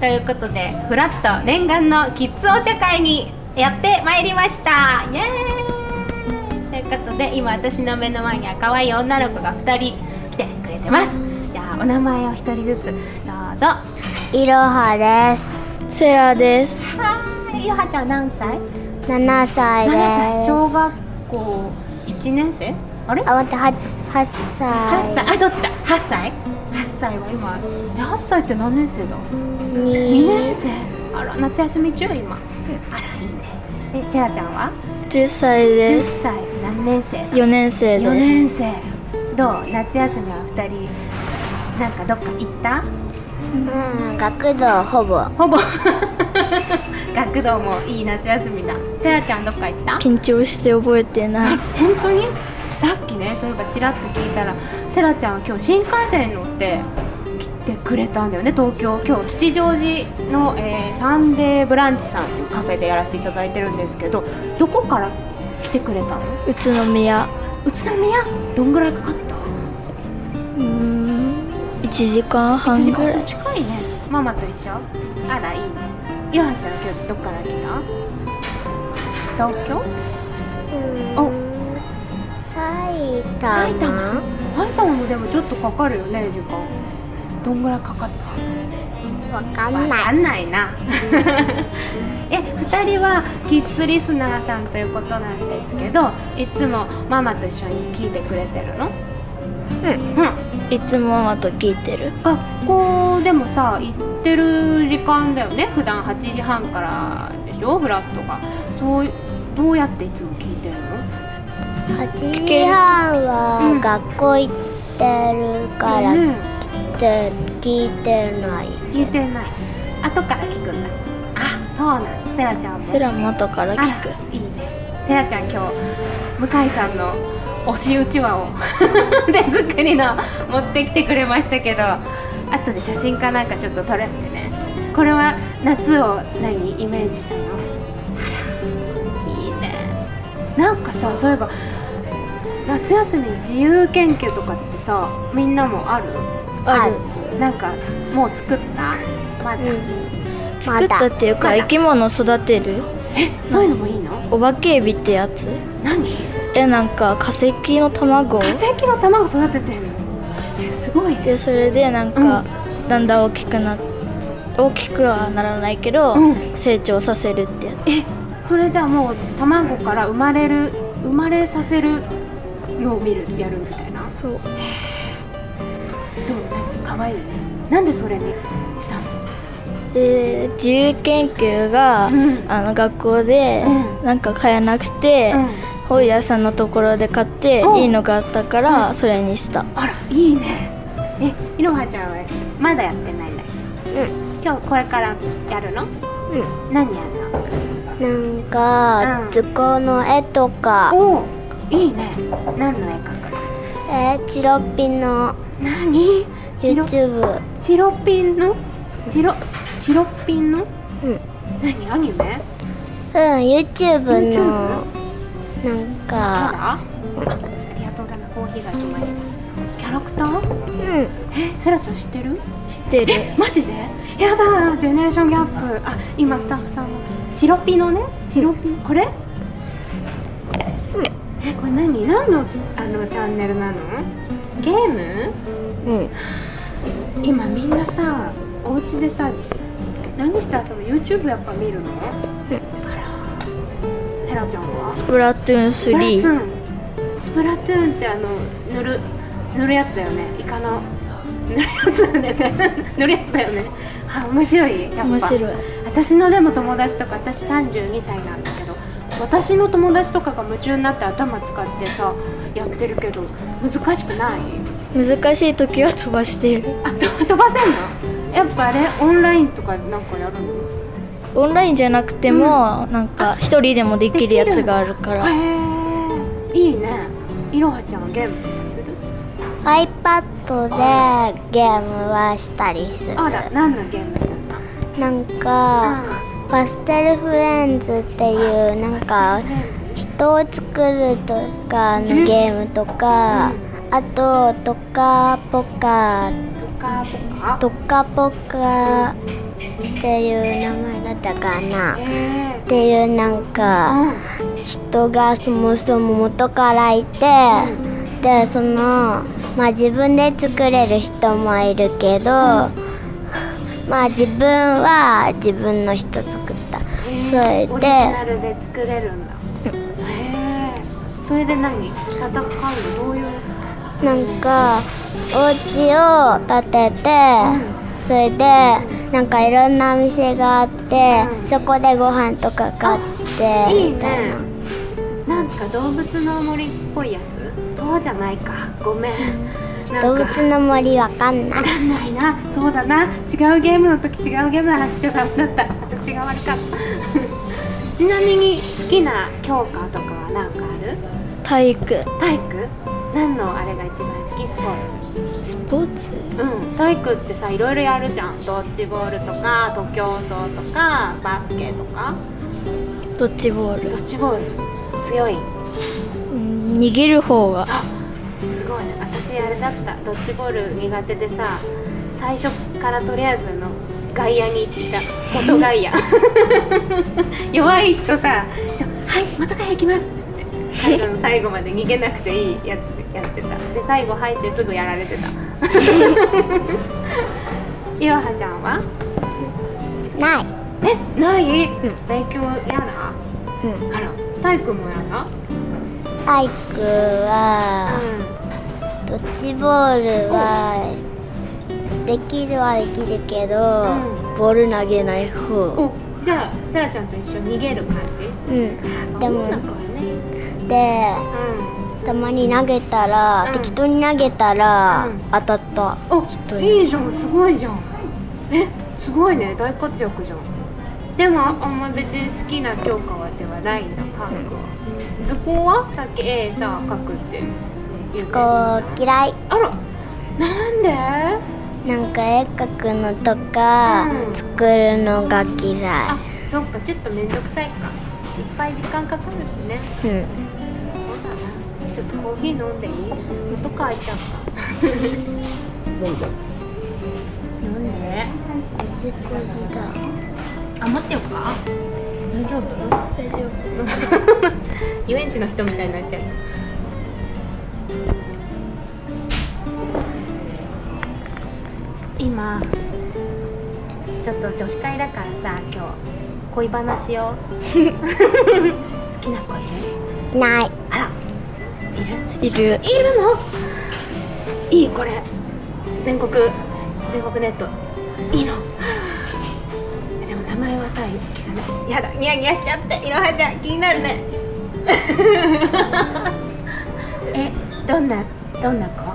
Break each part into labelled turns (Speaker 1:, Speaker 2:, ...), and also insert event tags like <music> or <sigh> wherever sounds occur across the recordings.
Speaker 1: ということでフラット念願のキッズお茶会にやってまいりましたイエーイということで今私の目の前には可愛い女の子が2人来てくれてますじゃあお名前を1人ずつどうぞ
Speaker 2: いろはです。セラです。
Speaker 1: はーいいろはちゃん何歳
Speaker 2: 七歳です。
Speaker 1: 歳小学校1年生あれ
Speaker 2: あ、待って、は、八
Speaker 1: 8
Speaker 2: 歳。
Speaker 1: 歳あどっちだ8歳8歳は今8歳って何年生だ2
Speaker 2: に。
Speaker 1: 年生あら夏休み中今あらいいねでセラちゃんは
Speaker 2: 十歳
Speaker 1: 10
Speaker 2: で。
Speaker 1: 歳何年生
Speaker 2: 四年生
Speaker 1: 4年生どう夏休みは2人なんかどっか行った
Speaker 2: うん、学童ほぼ。
Speaker 1: ほぼ <laughs> 学童もいい夏休みだセラちゃんどっか行った
Speaker 2: 緊張して覚えてない。
Speaker 1: 本当にさっきねそういえばちらっと聞いたらセラちゃんは今日新幹線に乗って来てくれたんだよね東京今日吉祥寺の、えーサンデーブランチさんっていうカフェでやらせていただいてるんですけどどこから来てくれたの
Speaker 2: 宇都宮。
Speaker 1: 宇都宮どんぐらいかかった
Speaker 2: うん。一時間
Speaker 1: 1時間ほど。近いねママと一緒あらいいねいろはちゃん今日どっから来た東京お埼玉
Speaker 2: 埼玉。
Speaker 1: 埼玉もでもちょっとかかるよね時間どんぐらいかかった
Speaker 2: わか
Speaker 1: わか。んないな <laughs> え2人はキッズリスナーさんということなんですけどいつもママと一緒に聞いてくれてるのうん、うん、
Speaker 2: いつもママと聞いてる。
Speaker 1: 学校でもさ行ってる時間だよね普段8時半からでしょフラットがそうどうやっていつも聞いてるの
Speaker 2: 八時
Speaker 1: う
Speaker 2: 半
Speaker 1: ん
Speaker 2: は学校行ってるから。
Speaker 1: うん
Speaker 2: って聞いてない。
Speaker 1: 聞いてない後から聞くんだあそうなんセラちゃんも
Speaker 3: セラも後から
Speaker 1: あ
Speaker 3: 聞く
Speaker 1: らいいねセラちゃん今日向井さんの推しうちわを <laughs> 手作りの持ってきてくれましたけど後で写真かなんかちょっと撮らせてねこれは夏を何イメージしたのあらいいねなんかさそういえば夏休み自由研究とかってさみんなもある
Speaker 2: ある
Speaker 1: なんかもう作ったまだ、
Speaker 3: 作ったっていう
Speaker 1: ま
Speaker 3: か
Speaker 1: だ
Speaker 3: 生き物育てる
Speaker 1: えそういうのもいいの
Speaker 3: お化けエビってやつ
Speaker 1: 何
Speaker 3: えなんか化石の卵
Speaker 1: 化石の卵育ててんのえすごいね
Speaker 3: でそれでなんか、だんだん大きくなっ大きくはならないけど、
Speaker 1: うん
Speaker 3: 成長させるってやつ
Speaker 1: えそれじゃあもう卵から生まれる生まれさせるのを見るやるみたいなど
Speaker 3: そう
Speaker 1: うなんか可愛いねなんでそれにしたの
Speaker 3: で自由研究が、
Speaker 1: うん
Speaker 3: あの学校で、
Speaker 1: うん
Speaker 3: なんか買えなくて、
Speaker 1: うん
Speaker 3: 本屋さんのところで買って
Speaker 1: うん
Speaker 3: いいのがあったから、それにした
Speaker 1: あらいいねえいろはちゃんはまだやってないんだけど、今日これからやるのうん何やるの
Speaker 2: なんか、
Speaker 1: うん
Speaker 2: 図工の絵とか、
Speaker 1: おおいいね何の絵描くの
Speaker 2: えーチロピンの
Speaker 1: 何チロ
Speaker 2: YouTube、
Speaker 1: チロピンのチロチロピンの
Speaker 2: うん、うん、
Speaker 1: 何アニメ
Speaker 2: YouTube の
Speaker 1: YouTube
Speaker 2: なん
Speaker 1: キャ
Speaker 2: か、
Speaker 1: ラありがとうございますコーヒーが来ましたキャラクター
Speaker 2: うん、
Speaker 1: えセラちゃん知ってる
Speaker 3: 知ってる
Speaker 1: マジでやだジェネレーションギャップあ今スタッフさんもチロピのねチロピこれえこれ何何のすあのチャンネルなのゲーム
Speaker 2: うん、
Speaker 1: 今みんなさお家でさ何して遊ぶ YouTube やっぱ見るのあらセラちゃんは
Speaker 3: スプラトゥーン
Speaker 1: スプラトゥ
Speaker 3: 3
Speaker 1: ーンスプラトゥーンってあの塗る塗るやつだよねイカの塗るやつだよね <laughs> 塗るやつだよねあ面白いやっぱ
Speaker 3: 面白い
Speaker 1: 私のでも友達とか私32歳なんだけど私の友達とかが夢中になって頭使ってさやってるけど難しくない
Speaker 3: 難しい時は飛ばしてる
Speaker 1: あと飛ばせんのやっぱあれオンラインとかなんかやるの
Speaker 3: オンラインじゃなくても、なんか一人でもできるやつがあるから
Speaker 1: へえいいねいろはちゃんはゲームする
Speaker 2: iPad でゲームはしたりする。
Speaker 1: あら何のゲームするの
Speaker 2: なんか、パステルフレンズっていうなんか人を作るとかのゲームとか、あとトカポカ
Speaker 1: とかとか
Speaker 2: トカポカ
Speaker 3: っていう名前だったかな。っ
Speaker 1: え
Speaker 3: ていうなんか人がそもそも元からいて、でそのまあ自分で作れる人もいるけど、まあ自分は自分の人作った。それ
Speaker 1: オリジナ
Speaker 3: で
Speaker 1: ルで作れるんだへえそれで何戦うのどういう
Speaker 3: なんかお家を建てて、それでなんかいろんなお店があって、
Speaker 1: うん
Speaker 3: そこでご飯とか買って
Speaker 1: いい
Speaker 3: みたい
Speaker 1: ね
Speaker 3: な。
Speaker 1: なんか動物の森っぽいやつそうじゃないかごめん
Speaker 3: 動
Speaker 1: なんか
Speaker 3: 物の森わかんない
Speaker 1: わかんないなそうだな違うゲームの時違うゲームの話しちゃダメだった私が悪かったちなみに好きな教科とかは何かある
Speaker 4: 体育
Speaker 1: 体育何のあれが一番好きスポーツ
Speaker 4: スポーツ
Speaker 1: うん体育ってさいろいろやるじゃんドッジボールとか徒競走とかバスケとか
Speaker 4: ドッジボー
Speaker 1: ド
Speaker 4: ル、
Speaker 1: ッジボール強い
Speaker 4: うん、逃げる方が
Speaker 1: すごいね私あれだったドッジボール苦手でさ最初からとりあえずあの外野に行ってた元外野 <laughs> 弱い人さ「じゃあはい元外野行きます」って言って最後 <laughs> の最後まで逃げなくていいやつでやってたで最後入ってすぐやられ <laughs> てたいろはちゃんは
Speaker 3: ない
Speaker 1: えない、勉強嫌
Speaker 3: う
Speaker 1: だ、あら体育も嫌だ
Speaker 3: 体育はドッジボールはできるはできるけど、ボール投げない方
Speaker 1: おじゃあさらちゃんと一緒に逃げる感じ
Speaker 3: うんでも
Speaker 1: 女の子はね
Speaker 3: で
Speaker 1: うん
Speaker 3: たまに投げた
Speaker 1: う
Speaker 3: ら
Speaker 1: ん
Speaker 3: 適当に投げたら
Speaker 1: うん
Speaker 3: 当たった
Speaker 1: お
Speaker 3: 人に
Speaker 1: いいじゃんすごいじゃんえすごいね大活躍じゃんでもあんま別に好きな教科はではないんだ科学は図工はさっき A さ書くって言って
Speaker 3: こう嫌い
Speaker 1: あらなんで
Speaker 3: なんか絵描くのとか
Speaker 1: うん
Speaker 3: 作るのが
Speaker 1: あ
Speaker 3: 嫌
Speaker 1: そっかちょっと面倒くさいかいっぱい時間かかるしね
Speaker 3: いうん
Speaker 1: そうだなちょっとコーヒー飲んでいい元開いちゃった飲んで飲んで
Speaker 3: おしっこしだ
Speaker 1: あ持ってよう <laughs> か大丈夫
Speaker 3: 大丈夫
Speaker 1: 遊園地の人みたいになっちゃう。今ちょっと女子会だからさ今日恋話 <laughs> を好きな子いる
Speaker 3: ない
Speaker 1: あらいる
Speaker 4: いる
Speaker 1: いるのいいこれ全国全国ネットいいのでも名前はさ聞かないやだニヤニヤしちゃっていろはちゃん気になるね <laughs> えどんなどんな子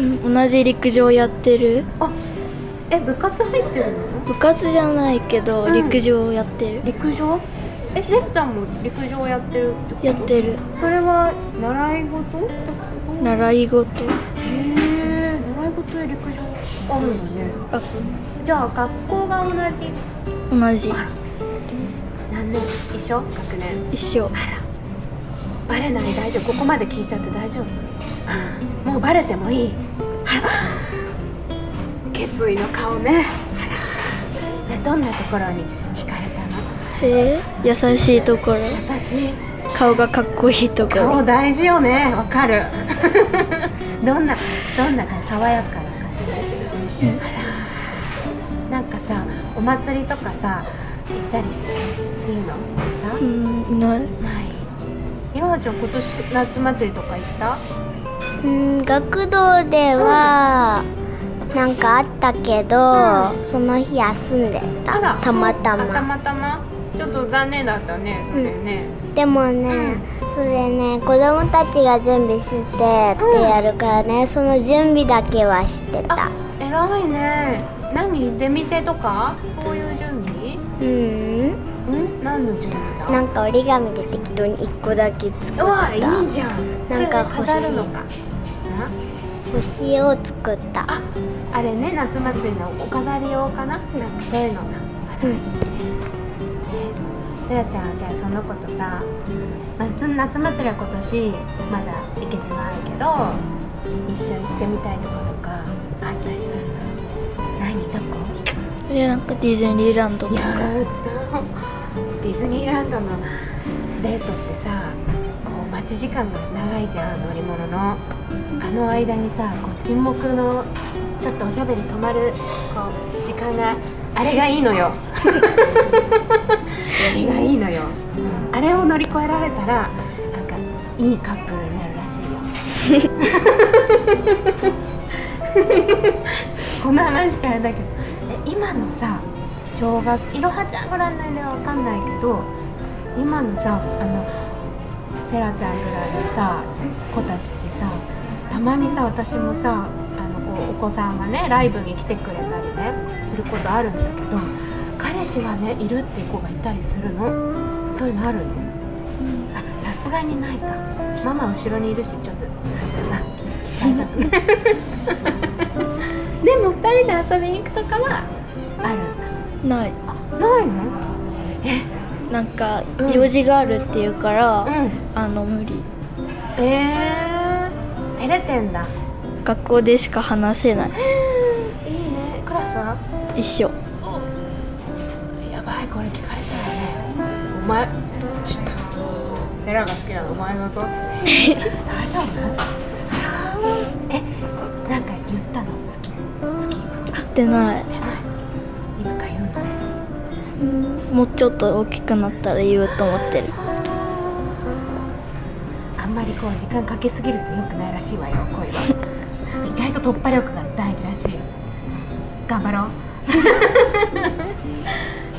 Speaker 4: うん同じ陸上やってる
Speaker 1: あえ部活入ってるの
Speaker 4: 部活じゃないけど
Speaker 1: うん
Speaker 4: 陸上やってる、
Speaker 1: 陸上えねっちゃんも陸上やってるってこと
Speaker 4: やってる
Speaker 1: それは習い事ってこと
Speaker 4: 習い事
Speaker 1: へえ習い事で陸上あるんだね
Speaker 4: あ
Speaker 1: じゃあ学校が同じ
Speaker 4: 同じ
Speaker 1: 何年一緒学年
Speaker 4: 一緒
Speaker 1: バレない大丈夫ここまで聞いちゃって大丈夫 <laughs> もうバレてもいいあら決意の顔ねあらねどんなところに惹かれたの
Speaker 4: えー優しいところ
Speaker 1: 優しい
Speaker 4: 顔がかっこいいとこ
Speaker 1: 顔
Speaker 4: ろ
Speaker 1: 大事よねわかる <laughs> どんなどんな感じ爽やかな感じ、
Speaker 4: うん
Speaker 1: あらなんかさお祭りとかさ行ったりしするのした、
Speaker 4: うんない
Speaker 1: ない。いろはちゃん今年夏祭りとか行った？
Speaker 3: うん学童ではなんかあったけど、その日休んで
Speaker 1: あら
Speaker 3: たたまた
Speaker 1: あた
Speaker 3: ま
Speaker 1: またま。ちょっと残念だったね。それね。
Speaker 3: でもね、それね子供たちが準備してってやるからね、その準備だけはしてた
Speaker 1: あ、偉いね。何出店とか？こういう準備？
Speaker 3: うん
Speaker 1: ん？何の準備だ？
Speaker 3: なんか折り紙で適当に一個だけ作
Speaker 1: うわい
Speaker 3: っ
Speaker 1: い
Speaker 3: た
Speaker 1: じゃん。
Speaker 3: なんか
Speaker 1: それ飾るのか。な
Speaker 3: 星を作った
Speaker 1: あ、あれね夏祭りのお飾り用かな？なんかそういうのだ。
Speaker 3: うん
Speaker 1: さやちゃんはじゃあその子とさ夏夏祭りは今年まだ行けてないけど一緒に行ってみたいとことかあったりするの何どこ
Speaker 4: え
Speaker 3: いやなんかディズニーランドと
Speaker 1: いや
Speaker 3: か
Speaker 1: ーディズニーランドのデートってさこう待ち時間が長いじゃん乗り物のあの間にさこう沈黙のちょっとおしゃべり止まるこう時間があれがいいのよあれがいいのよあれを乗り越えられたらなんかいいカップルになるらしいよ <laughs> こんな話してあれだけどえ今のさ小学いろはちゃんぐらいの年齢はわかんないけど今のさあのセラちゃんぐらいのさ子たちってさたまにさ私もさあのこうお子さんがねライブに来てくれたりねすることあるんだけど彼氏がねいるっていう子がいたりするのそういうのあるの、あさすがにないかママ後ろにいるしちょっとなんかな聞きたい <laughs> なでも2人で遊びに行くとかはあるんだ
Speaker 3: ない
Speaker 1: ないのえ
Speaker 3: なんか
Speaker 1: うん
Speaker 3: 用事があるっていうから、
Speaker 1: う
Speaker 3: あの無理
Speaker 1: んえー、照れてんだ
Speaker 3: 学校でしか話せない
Speaker 1: いいねクラスは
Speaker 3: 一緒
Speaker 1: やばいこれ聞かれたらねお前ちょっとセラが好きなのお前だぞって <laughs> 大丈夫えなんか言ったの好き好きあ
Speaker 3: でない、
Speaker 1: 出ないいつか言うのね
Speaker 3: もうちょっと大きくなったら言うと思ってる
Speaker 1: あんまりこう時間かけすぎると良くないらしいわよ恋 <laughs> は意外と突破力が大事らしい頑張ろ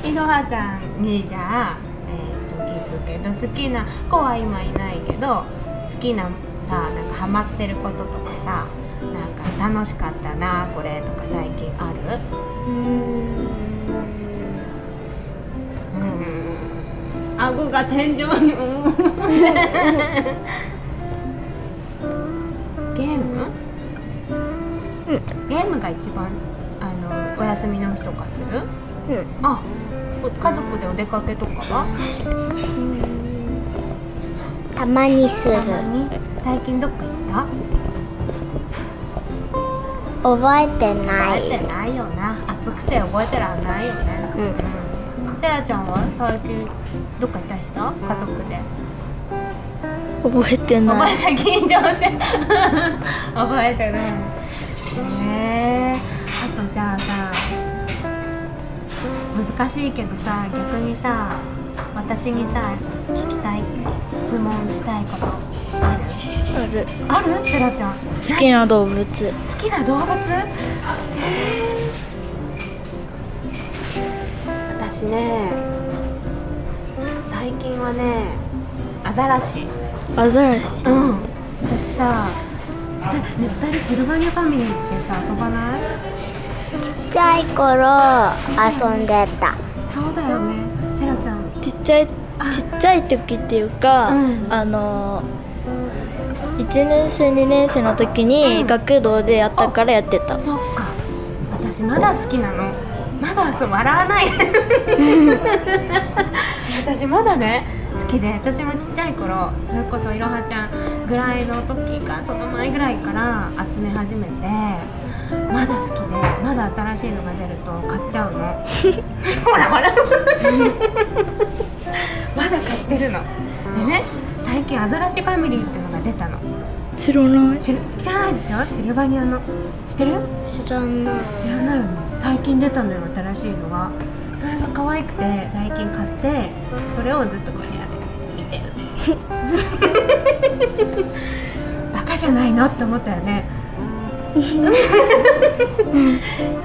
Speaker 1: う <laughs> いろはちゃんにじゃあえっ、と聞くけど好きな子は今いないけど好きなさなんかハマってることとかさなんか楽しかったなこれとか最近あるうん顎が天井にうんゲーム、ゲームが一番あのお休みの日とかするあお家族でお出かけとかは
Speaker 2: たまにする
Speaker 1: たまに最近どっか行った
Speaker 2: 覚えてな
Speaker 1: 覚え
Speaker 2: い
Speaker 1: てないよな暑くて覚えてらんないよね
Speaker 2: うん
Speaker 1: うんセラちゃんは最近どっか行ったりした家族で
Speaker 3: 覚えて
Speaker 1: 覚
Speaker 3: ない
Speaker 1: えて緊張 <laughs> して覚えてないねえあとじゃあさ難しいけどさ逆にさ私にさ聞きたい質問したいことある
Speaker 3: ある
Speaker 1: あるセラちゃん
Speaker 3: 好きな動物
Speaker 1: 好きな動物私ね最近はねアザラシ
Speaker 3: アザラシ
Speaker 1: うん私さふたね二人シルバニアファミリーってさ遊ばない
Speaker 2: ちっちゃい頃遊んでた
Speaker 1: そうだよねセラちゃん
Speaker 3: ちっちゃいち
Speaker 1: あ
Speaker 3: っちゃい時っていうか、
Speaker 1: うん
Speaker 3: あの1年生2年生の時に学童でやったからやってた、
Speaker 1: そっか私まだ好きなのまだそう笑わない私まだね好きで私もちっちゃい頃それこそいろはちゃんぐらいの時かその前ぐらいから集め始めてまだ好きでまだ新しいのが出ると買っちゃうのほらほらまだ買ってるのでね最近アザラシファミリーってのが出たの
Speaker 3: 知らない
Speaker 1: 知る知らないでしょシルバニアの知ってる
Speaker 2: 知らない
Speaker 1: 知らないよね最近出たのよ新しいのがそれが可愛くて最近買ってそれをずっとこう部屋で見てるバカじゃないなって思ったよね <laughs> そ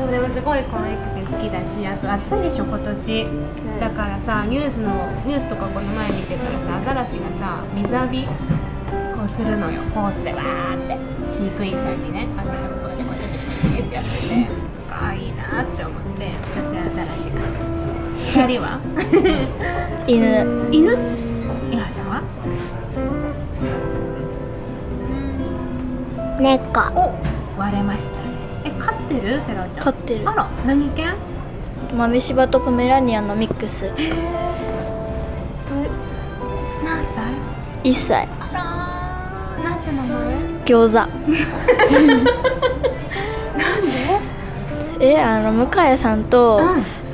Speaker 1: うでもすごい可愛くて好きだしあと暑いでしょ今年だからさニュースのニュースとかこの前見てたらさアザラシがさ水浴びこうするのよホースでわーって飼育員さんにねあのこうやってこうやってってやってて可愛いなって思って私はアザラシが好き二人は
Speaker 3: 犬
Speaker 1: 犬いらちゃんは
Speaker 2: 猫
Speaker 1: お割れましたねえ飼ってるセラちゃん
Speaker 3: 飼ってる
Speaker 1: あら何犬
Speaker 3: 豆柴とポメラニアンのミックス
Speaker 1: と何歳
Speaker 3: 1歳
Speaker 1: あらーなんて名前
Speaker 3: 餃子
Speaker 1: なんで
Speaker 3: えあの向井さんと、
Speaker 1: う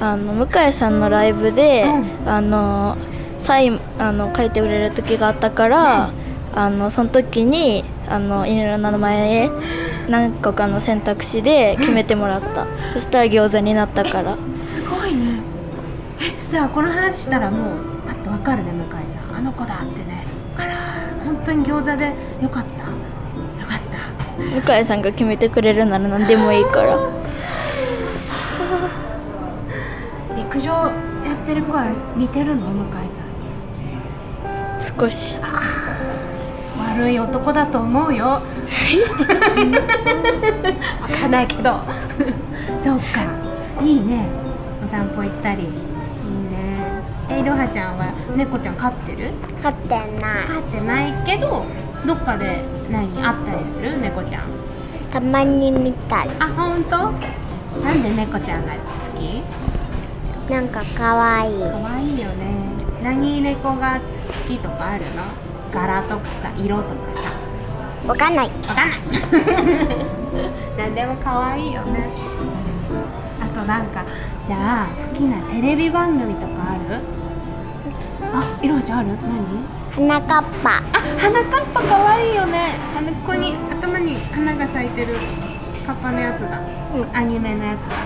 Speaker 3: あの向井さんのライブで、
Speaker 1: う
Speaker 3: あのサインあの書いてくれる時があったから、あのその時にあの犬の名前何個かの選択肢で決めてもらった、そしたら餃子になったから
Speaker 1: すごいねえじゃあこの話したらもうパッとわかるね向井さんあの子だってねあら本当に餃子でよかったよかった
Speaker 3: 向井さんが決めてくれるなら何でもいいから
Speaker 1: 陸上やってる子は似てるの向井さんに
Speaker 3: 少し
Speaker 1: 悪い男だと思うよわかんないけど <laughs> そっかいいねお散歩行ったりいいねえいろはちゃんは猫ちゃん飼ってる
Speaker 2: 飼ってない
Speaker 1: 飼ってないけどどっかで何に会ったりする猫ちゃん
Speaker 2: たまに見たり
Speaker 1: あ本当なんで猫ちゃんが好き
Speaker 2: なんかかわいい
Speaker 1: 可愛いよね何猫が好きとかあるの柄とかさ色とかさ
Speaker 2: わかんない
Speaker 1: わかんない <laughs> 何でも可愛いよねあとなんかじゃあ好きなテレビ番組とかあるあ、いろはちゃんある何
Speaker 2: はなかっぱ
Speaker 1: あ、花かっぱ可愛いよねあのここに頭に花が咲いてるカッパのやつが、
Speaker 2: うん
Speaker 1: アニメのやつが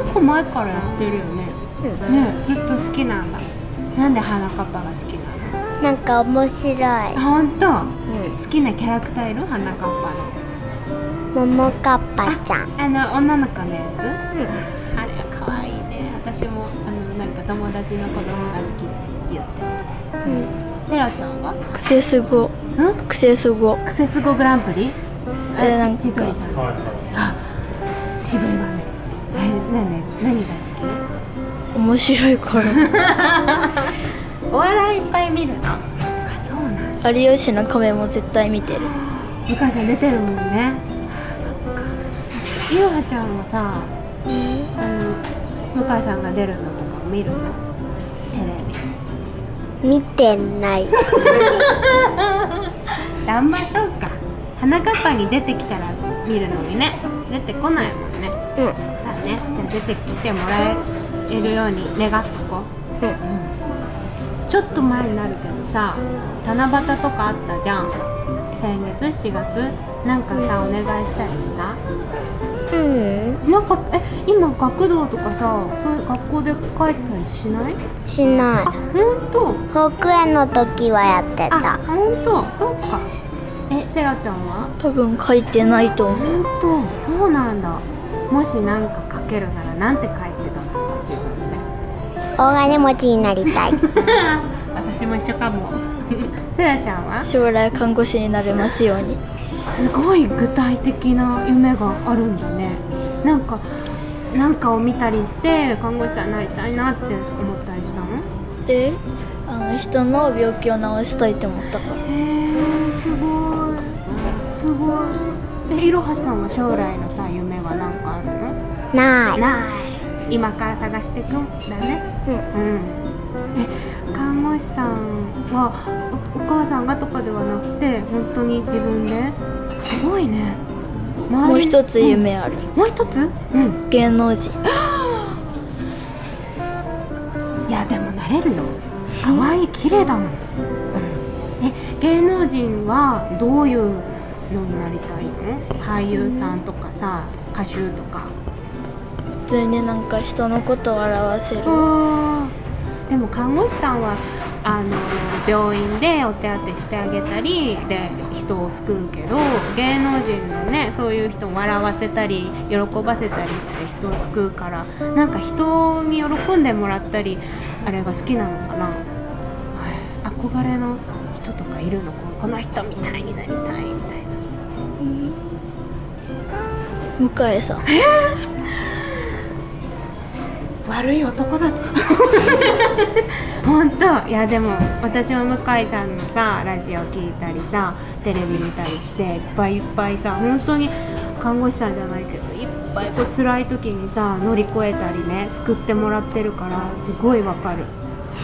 Speaker 2: う
Speaker 1: 結構前からやってるよね
Speaker 2: ん、うん
Speaker 1: ねずっと好きなんだなんで花かっぱが好きなの
Speaker 2: なんか面白い
Speaker 1: あ、ほんと
Speaker 2: う
Speaker 1: 好きなキャラクターいる花かっぱの
Speaker 2: ん、ももかっぱちゃん。
Speaker 1: あの女の子のやつ、あ
Speaker 2: ん
Speaker 1: れは可愛いね私もあのなんか友達の子供が好きって言って
Speaker 2: うん、
Speaker 1: セラちゃんはん
Speaker 3: クセスゴクセスゴ
Speaker 1: クセスゴグランプリあ
Speaker 3: えなん
Speaker 1: れ
Speaker 3: か
Speaker 1: ち千鳥さん
Speaker 5: はい
Speaker 1: あ渋いわねあれ何何が好
Speaker 3: 面白いから
Speaker 1: きお笑いいっぱい見るのあそうなんだ
Speaker 3: 有吉の壁も絶対見てる
Speaker 1: 向井さん出てるもんねあそっかいろはちゃんはさあの向井さんが出るのとか見るのテレビ
Speaker 2: 見てない。
Speaker 1: 頑張っとうか花かっぱに出てきたら見るのにね出てこないもんね
Speaker 2: うん、う
Speaker 1: だねじゃあ出てきてもらえるように願っとこう、
Speaker 2: うん
Speaker 1: うんちょっと前になるけどさ七夕とかあったじゃん先月4月なんかさ、お願いしたりした
Speaker 2: ん、
Speaker 1: しなかったえ今学童とかさそういう学校で書いたりしない
Speaker 2: しない
Speaker 1: あ。本当
Speaker 2: 保育園の時はやって
Speaker 1: あ
Speaker 2: た。
Speaker 1: 本当そっかえセラちゃんは
Speaker 3: 多分書いてないと思う
Speaker 1: 本当そうなんだもし何か書けるならなんて書いてたの自分で
Speaker 2: 大金持ちになりたい。
Speaker 1: <laughs> 私も一緒かも <laughs> セラちゃん
Speaker 3: <laughs>
Speaker 1: は
Speaker 3: 将来看護師になれますように
Speaker 1: すごい具体的な夢があるんだねなんかなんかを見たりして看護師さんになりたいなって思ったりしたの
Speaker 3: えあの人の病気を治したいって思ったから
Speaker 1: へえすごいすごいえいろはちゃんは将来のさ夢は何かあるの
Speaker 2: ない。
Speaker 1: ない今から探していくんだね
Speaker 2: うん、
Speaker 1: うんえ看護師さんはおお母さんがとかではなくて本当に自分ですごいね
Speaker 3: も
Speaker 1: も
Speaker 3: う一つ、夢ある
Speaker 1: うんもう一つうん
Speaker 3: 芸能人
Speaker 1: いやでもなれるよ可愛い綺麗だもん、うん、え芸能人はどういうのになりたいの俳優さんとかさ歌手とか
Speaker 3: 普通になんか人のことを笑わせる
Speaker 1: あーでも看護師さんはあの病院でお手当てしてあげたりで人を救うけど芸能人のねそういう人を笑わせたり喜ばせたりして人を救うからなんか人に喜んでもらったりあれが好きなのかな、はい憧れの人とかいるのここの人みたいになりたいみたいな
Speaker 3: 向井さん
Speaker 1: 悪い男だと <laughs> 本当いやでも私も向井さんのさラジオ聞いたりさテレビ見たりしていっぱいいっぱいさ本当に看護師さんじゃないけどいっぱいこう辛い時にさ乗り越えたりね救ってもらってるからすごいわかる、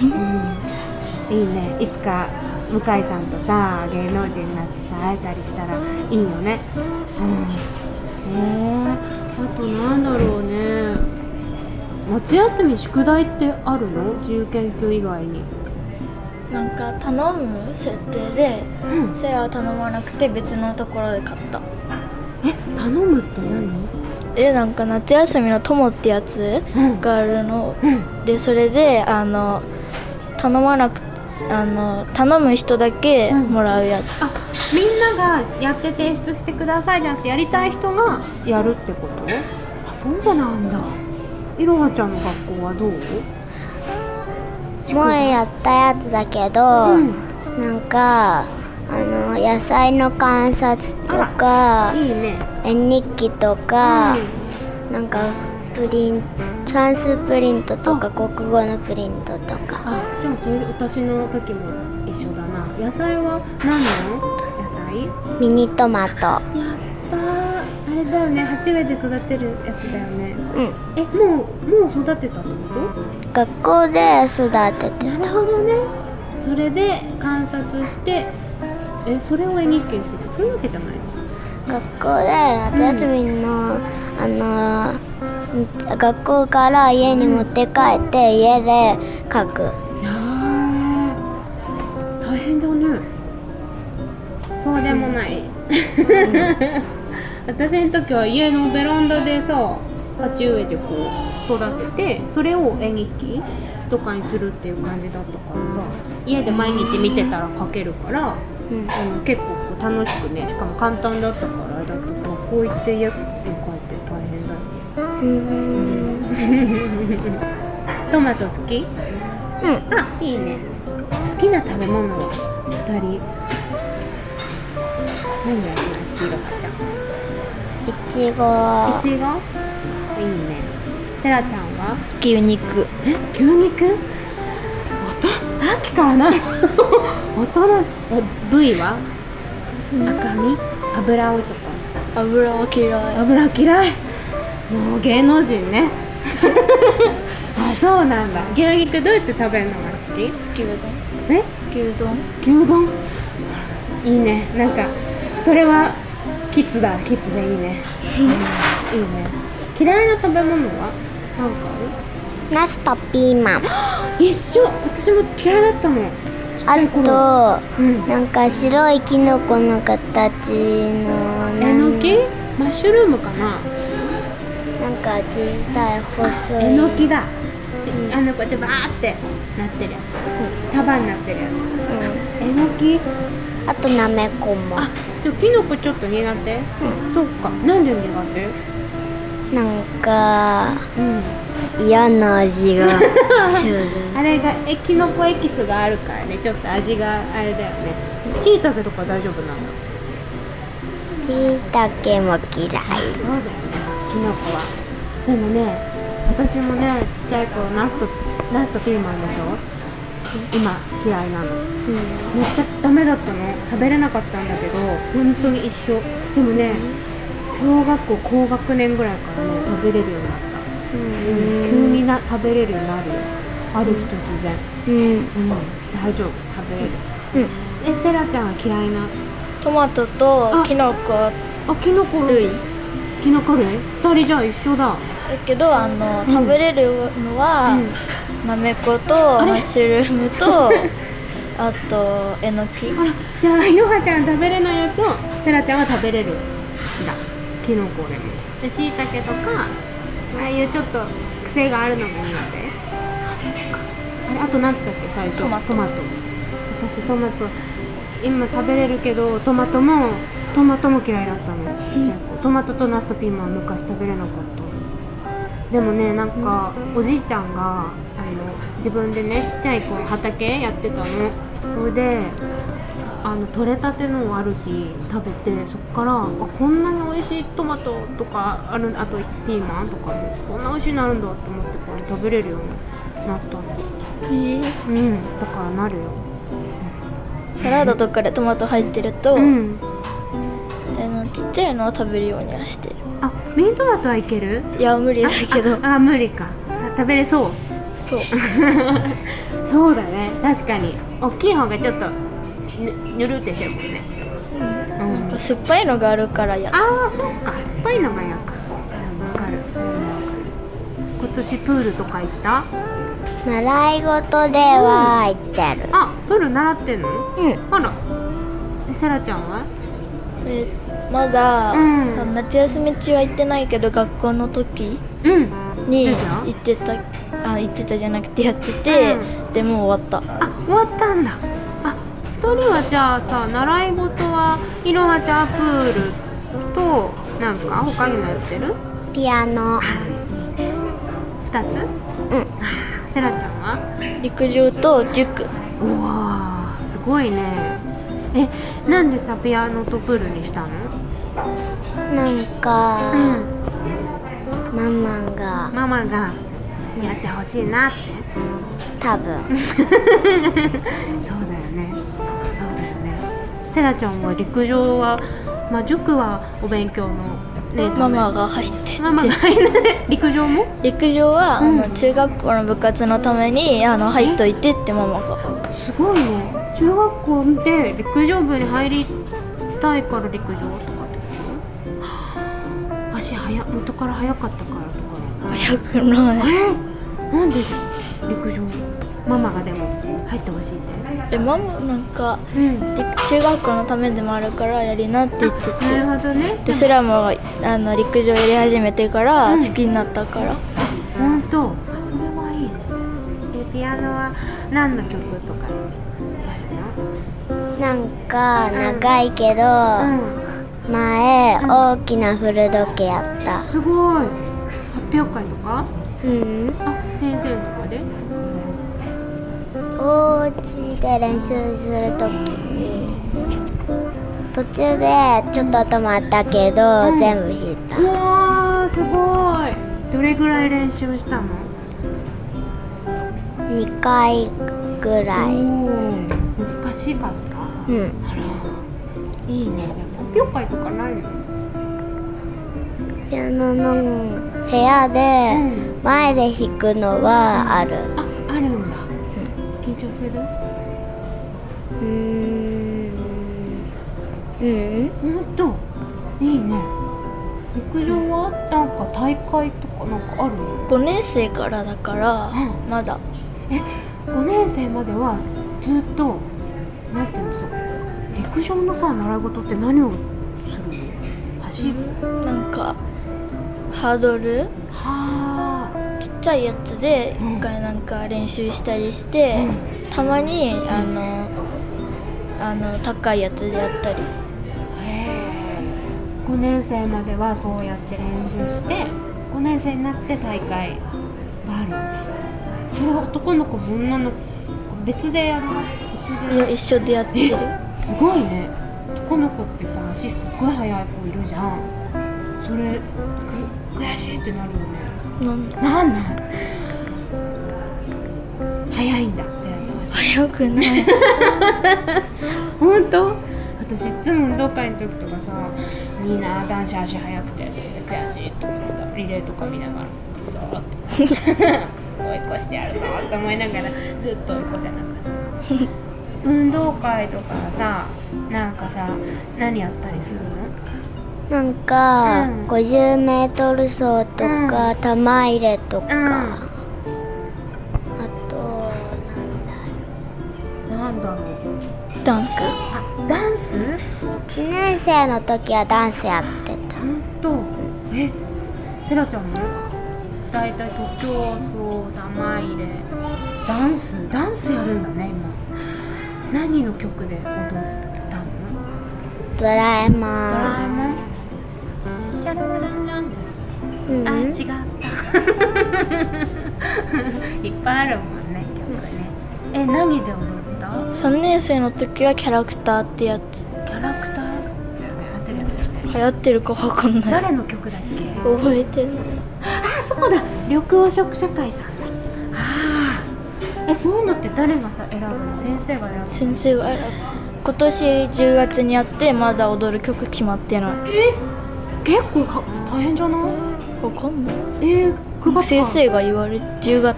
Speaker 1: うん、いいねいつか向井さんとさ芸能人になってさ会えたりしたらいいよねうんへえー、あとなんだろうね夏休み宿題ってあるの自由研究以外に
Speaker 6: なんか頼む設定で
Speaker 1: うん
Speaker 6: せいやは頼まなくて別のところで買った
Speaker 1: え頼むって何
Speaker 6: えなんか夏休みの友ってやつ
Speaker 1: うん
Speaker 6: があるの
Speaker 1: うん
Speaker 6: でそれであの頼まなくあの頼む人だけもらうやつ、
Speaker 1: あみんながやって提出してくださいじゃなくてやりたい人がやるってことあそうなんだいろはちゃんの学校はどう
Speaker 3: 前やったやつだけど、なんかあの野菜の観察とか
Speaker 1: いいね
Speaker 3: 絵日記とか、なんかプリン算数プリントとか国語のプリントとか
Speaker 1: あじゃあこれ私の時も一緒だな野菜は何の野菜
Speaker 3: ミニトマト
Speaker 1: やったーあれだよね初めて育てるやつだよね
Speaker 3: うん
Speaker 1: えもうもう育てたってこ
Speaker 3: 学校で育て
Speaker 1: と
Speaker 3: て
Speaker 1: なるほどねそれで観察してえそれを絵日記にするそういうわけじゃないの
Speaker 3: 学校で夏休みの、あのうん学校から家に持って帰って家で書く
Speaker 1: あ大変だねそうでもない、私の時は家のベランダでさ鉢植えでこう育ててそれを絵日記とかにするっていう感じだったからさ家で毎日見てたら描けるから、
Speaker 3: ん
Speaker 1: あの結構こう楽しくねしかも簡単だったからあれだけど学校行って家に帰って大変だよね
Speaker 3: うん
Speaker 1: トマト好き
Speaker 3: うん
Speaker 1: あいいね好きな食べ物は二人何が一番好き
Speaker 3: いちご
Speaker 1: いろはちゃんいちごいいねセラちゃんは
Speaker 6: 牛肉
Speaker 1: え牛肉おとさっきから <laughs> な大人え部位は赤身油男
Speaker 6: 油は嫌い
Speaker 1: 油嫌いもう芸能人 <laughs> ねあそうなんだ牛肉どうやって食べるのが好き
Speaker 6: 牛丼
Speaker 1: え
Speaker 6: 牛丼
Speaker 1: 牛丼いいねなんかそれはキッズだキッズでいいね、うんいいね嫌いな食べ物はなんか
Speaker 3: ナスとピーマン
Speaker 1: ある一緒私も嫌いだったもんちっちゃい頃
Speaker 3: あ
Speaker 1: うん
Speaker 3: となんか白いキノコの形の
Speaker 1: え
Speaker 3: なん
Speaker 1: のきマッシュルームかな
Speaker 3: なんか小さい細い
Speaker 1: えのきだちあのこうやってバーってなってるやつ、束になってるやつ
Speaker 3: う
Speaker 1: えのき
Speaker 3: ん、あとなめこも
Speaker 1: あじゃあきのこちょっと苦手、そっかなんで苦手
Speaker 3: なんか
Speaker 1: うん
Speaker 3: 嫌な味が
Speaker 6: <laughs>
Speaker 3: する
Speaker 1: あれがえキノコエキスがあるからねちょっと味があれだよねしいたけとか大丈夫なの
Speaker 3: しいたけも嫌い
Speaker 1: そうだよねキノコはでもね私もねちっちゃい頃ナスとナスとピーマンでしょ今嫌いなの、めっちゃダメだったの食べれなかったんだけど本当に一緒でもね小学校高学年ぐらいからね食べれるようになった、うん急にな食べれるようになるよある日突然
Speaker 3: うん
Speaker 1: うん、大丈夫食べれる、えセラちゃんは嫌いな
Speaker 6: トマトとキノコだ
Speaker 1: あキノコ類キノコ類二人じゃあ一緒だ
Speaker 6: けどあの食べれるのは、なめことマッシュルーム
Speaker 3: <laughs>
Speaker 6: とあとえのき
Speaker 1: あらじゃあいろはちゃん食べれないやつをセラちゃんは食べれるんだキノコでもでしいたけとかああいうちょっと癖があるのが苦手あれあと何つったっけ最初
Speaker 6: トマト
Speaker 1: トマト私トマト今食べれるけどトマトもトマトも嫌いだったのちっちゃい子トマトとナスとピーマンは昔食べれなかったでもねなんかおじいちゃんがあの自分でねちっちゃい頃畑やってたのそれであの取れたてのをある日食べてそこからあこんなに美味しいトマトとかあるあとピーマンとかもこんな美味しいのあるんだと思ってこれ食べれるようになったのうんだからなるよ
Speaker 6: サラダとかでトマト入ってると、
Speaker 1: うん
Speaker 6: あのちっちゃいのは食べるようにはしてる
Speaker 1: あミニトマトはいける
Speaker 6: いや無理だけど
Speaker 1: あ無理かあ食べれそう
Speaker 6: そう
Speaker 1: そうだね確かに大きい方がちょっとぬぬるってしてるもんね
Speaker 6: なんか酸っぱいのがあるからや
Speaker 1: ああそっか酸っぱいのが嫌かそうなんだ今年プールとか行った
Speaker 2: 習い事では行ってる
Speaker 1: あプール習ってんの
Speaker 2: うん
Speaker 1: あらえセラちゃんは
Speaker 3: えまだ、
Speaker 1: うん
Speaker 3: あの夏休み中は行ってないけど学校の時
Speaker 1: うん
Speaker 3: に
Speaker 1: 出た
Speaker 3: 行ってたあ行ってたじゃなくてやってて、でもう終わった
Speaker 1: あ終わったんだあ二人はじゃあさ習い事はいろはちゃんプールとなんか他にもやってる
Speaker 2: ピアノ
Speaker 1: 二つ
Speaker 2: うん
Speaker 1: セラちゃんは
Speaker 3: 陸上と塾
Speaker 1: うわーすごいねえなんでさピアノとプールにしたの
Speaker 2: なんか、
Speaker 1: ん
Speaker 2: ママが
Speaker 1: ママがやってほしいなって
Speaker 2: 多分
Speaker 1: そうだよねそうだよねセラちゃんは陸上はまあ塾はお勉強のね
Speaker 3: ママが入ってて
Speaker 1: ママが陸上も
Speaker 3: 陸上は、あの中学校の部活のためにあの入っといてってママが
Speaker 1: すごいね中学校で陸上部に入りたいから陸上とかってことはあ足早元から早かったからとかなの
Speaker 3: 早くない
Speaker 1: えなんで陸上ママがでも入ってほしいって
Speaker 3: えママなんか
Speaker 1: うん
Speaker 3: で中学校のためでもあるからやりなって言ってて
Speaker 1: なるほどね
Speaker 3: でセラもあの陸上やり始めてから好きになったから、
Speaker 1: 本当あそれはいいねえピアノは何の曲とかやる
Speaker 2: なんか長いけど、
Speaker 1: のうん
Speaker 2: 前大きな古時計やった
Speaker 1: すごい発表会とか
Speaker 2: うん
Speaker 1: あ先生とかで
Speaker 2: お家で練習するときに途中でちょっと頭あったけど、
Speaker 1: うん
Speaker 2: 全部弾いうた
Speaker 1: わーすごいどれぐらい練習したの
Speaker 2: 2回ぐらい
Speaker 1: おー難しかった
Speaker 2: うん
Speaker 1: あらいいねでも発表会とかないの
Speaker 2: ピアノの部屋で
Speaker 1: う
Speaker 2: 前で弾くのはある
Speaker 1: ああるんだ緊張する
Speaker 2: うーんうん
Speaker 1: 本当いいね陸上はなんか大会とかなんかあるの
Speaker 3: 5年生からだから、
Speaker 1: う
Speaker 3: まだ
Speaker 1: 5年生まではずっとなんていうのさ陸上のさ習い事って何をするの走る
Speaker 3: なんかハードル
Speaker 1: は
Speaker 3: ちっちゃいやつで
Speaker 1: うん
Speaker 3: 一回なんか練習したりして、たまにあのあの高いやつでやったり
Speaker 1: あへえ5年生まではそうやって練習して5年生になって大会があるんだそれは男の子も女の子別でやるの別で
Speaker 3: いや一緒でやってる
Speaker 1: すごいね男の子ってさ足すっごい速い子いるじゃんそれく悔しいってなるよね
Speaker 3: なん <laughs> だ
Speaker 1: なんなん早いんだセラちゃんは
Speaker 3: 早くない
Speaker 1: 本当私いつも運動会の時とかさいいな男子足速くてと思って悔しいと思ったリレーとか見ながらくそーって <laughs> くそ追い越してやるぞーって思いながらずっと追い越せなかった運動会とかさなんかさ何やったりするの
Speaker 2: なんか、
Speaker 1: うん
Speaker 2: 50メートル走とか、玉入れとか、
Speaker 1: うん
Speaker 2: あとな
Speaker 1: な
Speaker 2: んだ
Speaker 1: んだろう
Speaker 3: ダンス
Speaker 1: あダンス
Speaker 2: 1年生の時はダンスやってた
Speaker 1: 本当えセラちゃんもだいたい徒競走玉入れダンスダンスやるんだね今何の曲で踊ったの
Speaker 2: ドラえも
Speaker 1: ドラえ
Speaker 2: ん、
Speaker 1: もんシャララランランのやつ
Speaker 2: うん、
Speaker 1: あ違った
Speaker 2: <laughs>
Speaker 1: いっぱいあるもんね曲ねえ何で踊った
Speaker 3: 3年生の時はキャラクターってやつ
Speaker 1: キャラクターだよね合ってるやつだよね
Speaker 3: 流行ってるかわかんない
Speaker 1: 誰の曲だっけ
Speaker 3: 覚えてない
Speaker 1: あそうだ緑黄色社会さんだああえそういうのって誰がさ選ぶの先生が選ぶ
Speaker 3: 先生が選ぶ今年10月にやってまだ踊る曲決まってない
Speaker 1: 結構は大変じゃない
Speaker 3: わかんない
Speaker 1: えー、9月
Speaker 3: 先
Speaker 1: か
Speaker 3: 生が言われ10月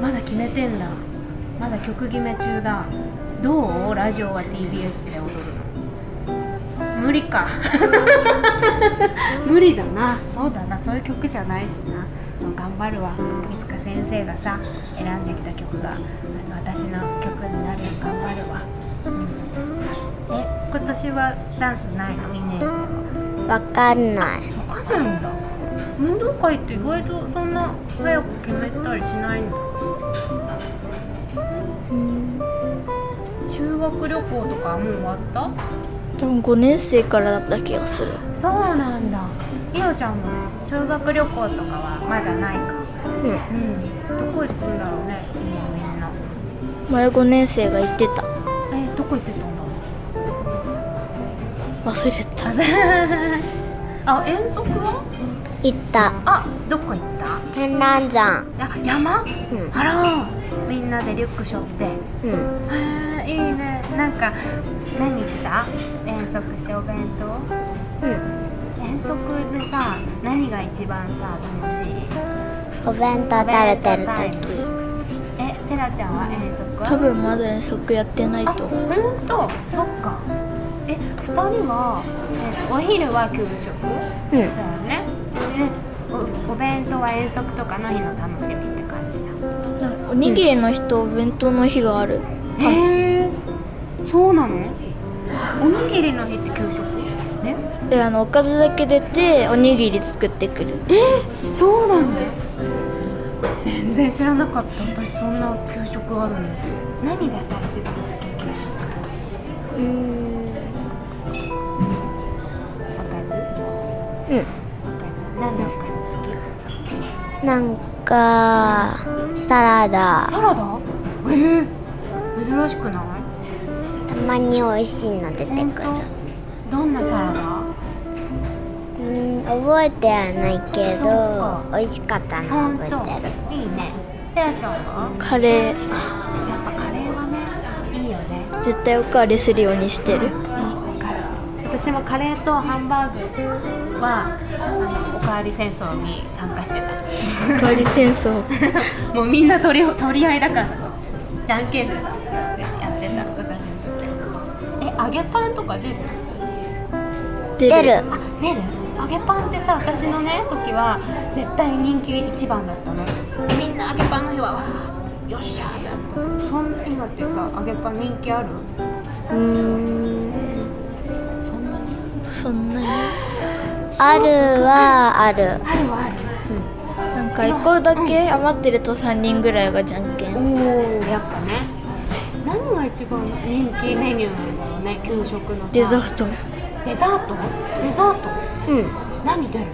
Speaker 1: まだ決めてんだまだ曲決め中だどうラジオは TBS で踊るの無理か
Speaker 5: <laughs> 無理だな
Speaker 1: そうだなそういう曲じゃないしなでも頑張るわ水塚先生がさ選んできた曲があの私の曲になるよう頑張るわ、うん、え今年はダンスないの2年生は
Speaker 2: わかんない
Speaker 1: 分かんないんだ運動会って意外とそんな早く決めたりしないんだ修学旅行とかはもう終わった
Speaker 3: 多分5年生からだった気がする
Speaker 1: そうなんだいのちゃんも修学旅行とかはまだないか
Speaker 2: うん
Speaker 1: うんどこ行くんだろうね今みんな
Speaker 3: 前5年生が言ってた
Speaker 1: えどこ行ってたんだろう
Speaker 3: 忘れた
Speaker 1: <laughs> あ遠足は
Speaker 2: 行った
Speaker 1: あどこ行った
Speaker 2: 天覧山
Speaker 1: あ山
Speaker 2: うん
Speaker 1: あらみんなでリュック背負って
Speaker 2: うん
Speaker 1: へえいいねなんか何した遠足してお弁当
Speaker 2: うん
Speaker 1: 遠足でさ何が一番さ楽しい
Speaker 2: お弁当食べてる時
Speaker 1: えセラちゃんは遠足は
Speaker 3: 多分まだ遠足やってない
Speaker 1: あ
Speaker 3: と思う
Speaker 1: 本当そっかえ二人は、えっとお昼は給食
Speaker 2: うん
Speaker 1: だよねでおお弁当は遠足とかの日の楽しみって感じ
Speaker 3: な
Speaker 1: だ
Speaker 3: んかおにぎりの日とお弁当の日がある
Speaker 5: へえそうなの
Speaker 1: おにぎりの日って給食え
Speaker 3: であのおかずだけ出ておにぎり作ってくる
Speaker 5: そうなんだ
Speaker 1: 全然知らなかった私そんな給食あるの何がさ一番好き給食
Speaker 2: うん
Speaker 1: おかずおかず何のおか
Speaker 2: うん
Speaker 1: ず好き
Speaker 2: なんかサラダ
Speaker 1: サラダえー、珍しくない
Speaker 2: たまに美味しいの出てくる
Speaker 1: どんなサラダ
Speaker 2: うん覚えてはないけ
Speaker 1: そ
Speaker 2: ど美味しかった
Speaker 1: ほ
Speaker 2: の
Speaker 1: んと
Speaker 2: 覚えてる
Speaker 1: いいねセラちゃんは
Speaker 3: カレー
Speaker 1: やっぱカレーはねいいよね
Speaker 3: 絶対おかわりするようにしてる
Speaker 1: 私もカレーとハンバーグはあのおかわり戦争に参加して <laughs> た
Speaker 3: <laughs> おかわり戦争
Speaker 1: もうみんな取り取り合いだからさじゃんけんでさやってた私にとってえ揚げパンとか出る
Speaker 2: 出る
Speaker 1: あ出る揚げパンってさ私のね時は絶対人気一番だったのみんな揚げパンの日はわーよっしゃーだったそん今ってさ揚げパン人気ある
Speaker 2: うん
Speaker 1: そんなに
Speaker 3: そんなに
Speaker 2: あるはある
Speaker 1: あるはある
Speaker 3: なんか1個だけ余ってると3人ぐらいがじゃんけん
Speaker 1: おおやっぱね何が一番人気メニューなんだろうね給食のさ
Speaker 3: デザート
Speaker 1: デザートデザート
Speaker 2: うん
Speaker 1: 何出る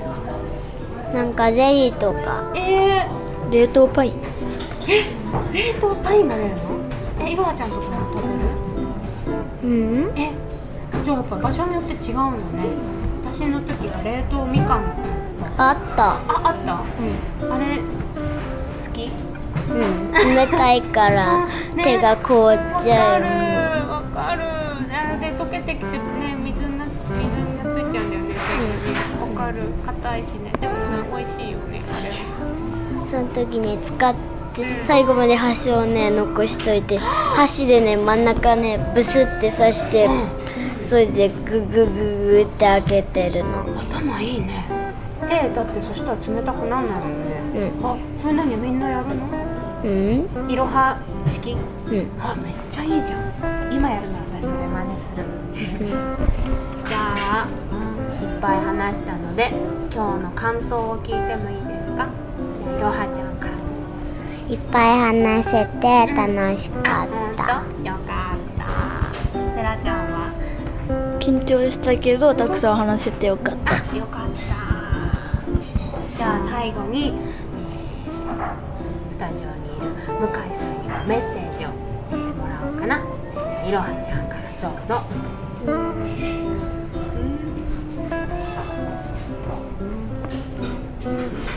Speaker 2: なんかゼリーとか
Speaker 1: え
Speaker 3: 冷凍パイ
Speaker 1: ー、冷凍パインが出るのえいろはちゃんとかも食
Speaker 2: うん
Speaker 1: べるえじゃあやっぱ場所によって違うのね私の時は冷凍みかんの
Speaker 2: あった
Speaker 1: ああった、あれ好き
Speaker 2: うん冷たいから <laughs>
Speaker 1: ね
Speaker 2: 手が凍っちゃうよね
Speaker 1: わかるあれで溶けてきてね水になっ水がついちゃうんだよねわかる硬いしねでもね美味しいよねあれ
Speaker 2: その時に使って最後まで箸をね残しといて箸でね真ん中ねブスって刺してそれでググググって開けてるの
Speaker 1: 頭いいね手だってそしたら冷たくなんないもんね
Speaker 2: うん
Speaker 1: あそれ何みんなやるの
Speaker 2: うん
Speaker 1: いろは式
Speaker 2: うん
Speaker 1: あめっちゃいいじゃん今やるなら私それ真似するじゃあいっぱい話したので今日の感想を聞いてもいいですかじゃあいろはちゃんから
Speaker 2: いっぱい話せて楽しかった
Speaker 1: 本当よかったセラちゃんは
Speaker 3: 緊張したけどたくさん話せてよかった
Speaker 1: あよかったじゃあ最後にえースタジオにいる向井さんにはメッセージを、えーもらおうかなえーいろはちゃんからどうぞ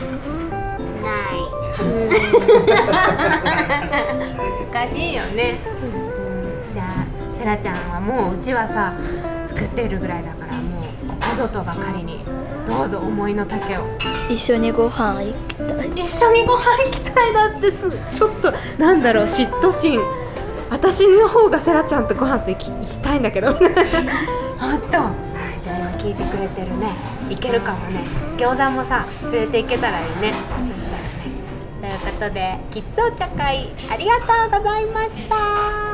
Speaker 1: ない <laughs> 難しいよね、うんじゃあセラちゃんはもううちはさ作ってるぐらいだからもうここぞとばかりにどうぞ思いの丈を
Speaker 3: 一緒にご飯行きたい
Speaker 1: 一緒にご飯行きたいだってすちょっとなんだろう嫉妬心 <laughs> 私の方がセラちゃんとご飯と行き行きたいんだけど本当じゃあ聞いてくれてるねいけるかもね餃子もさ連れて行けたらいいね、そしたらねということでキッズお茶会ありがとうございました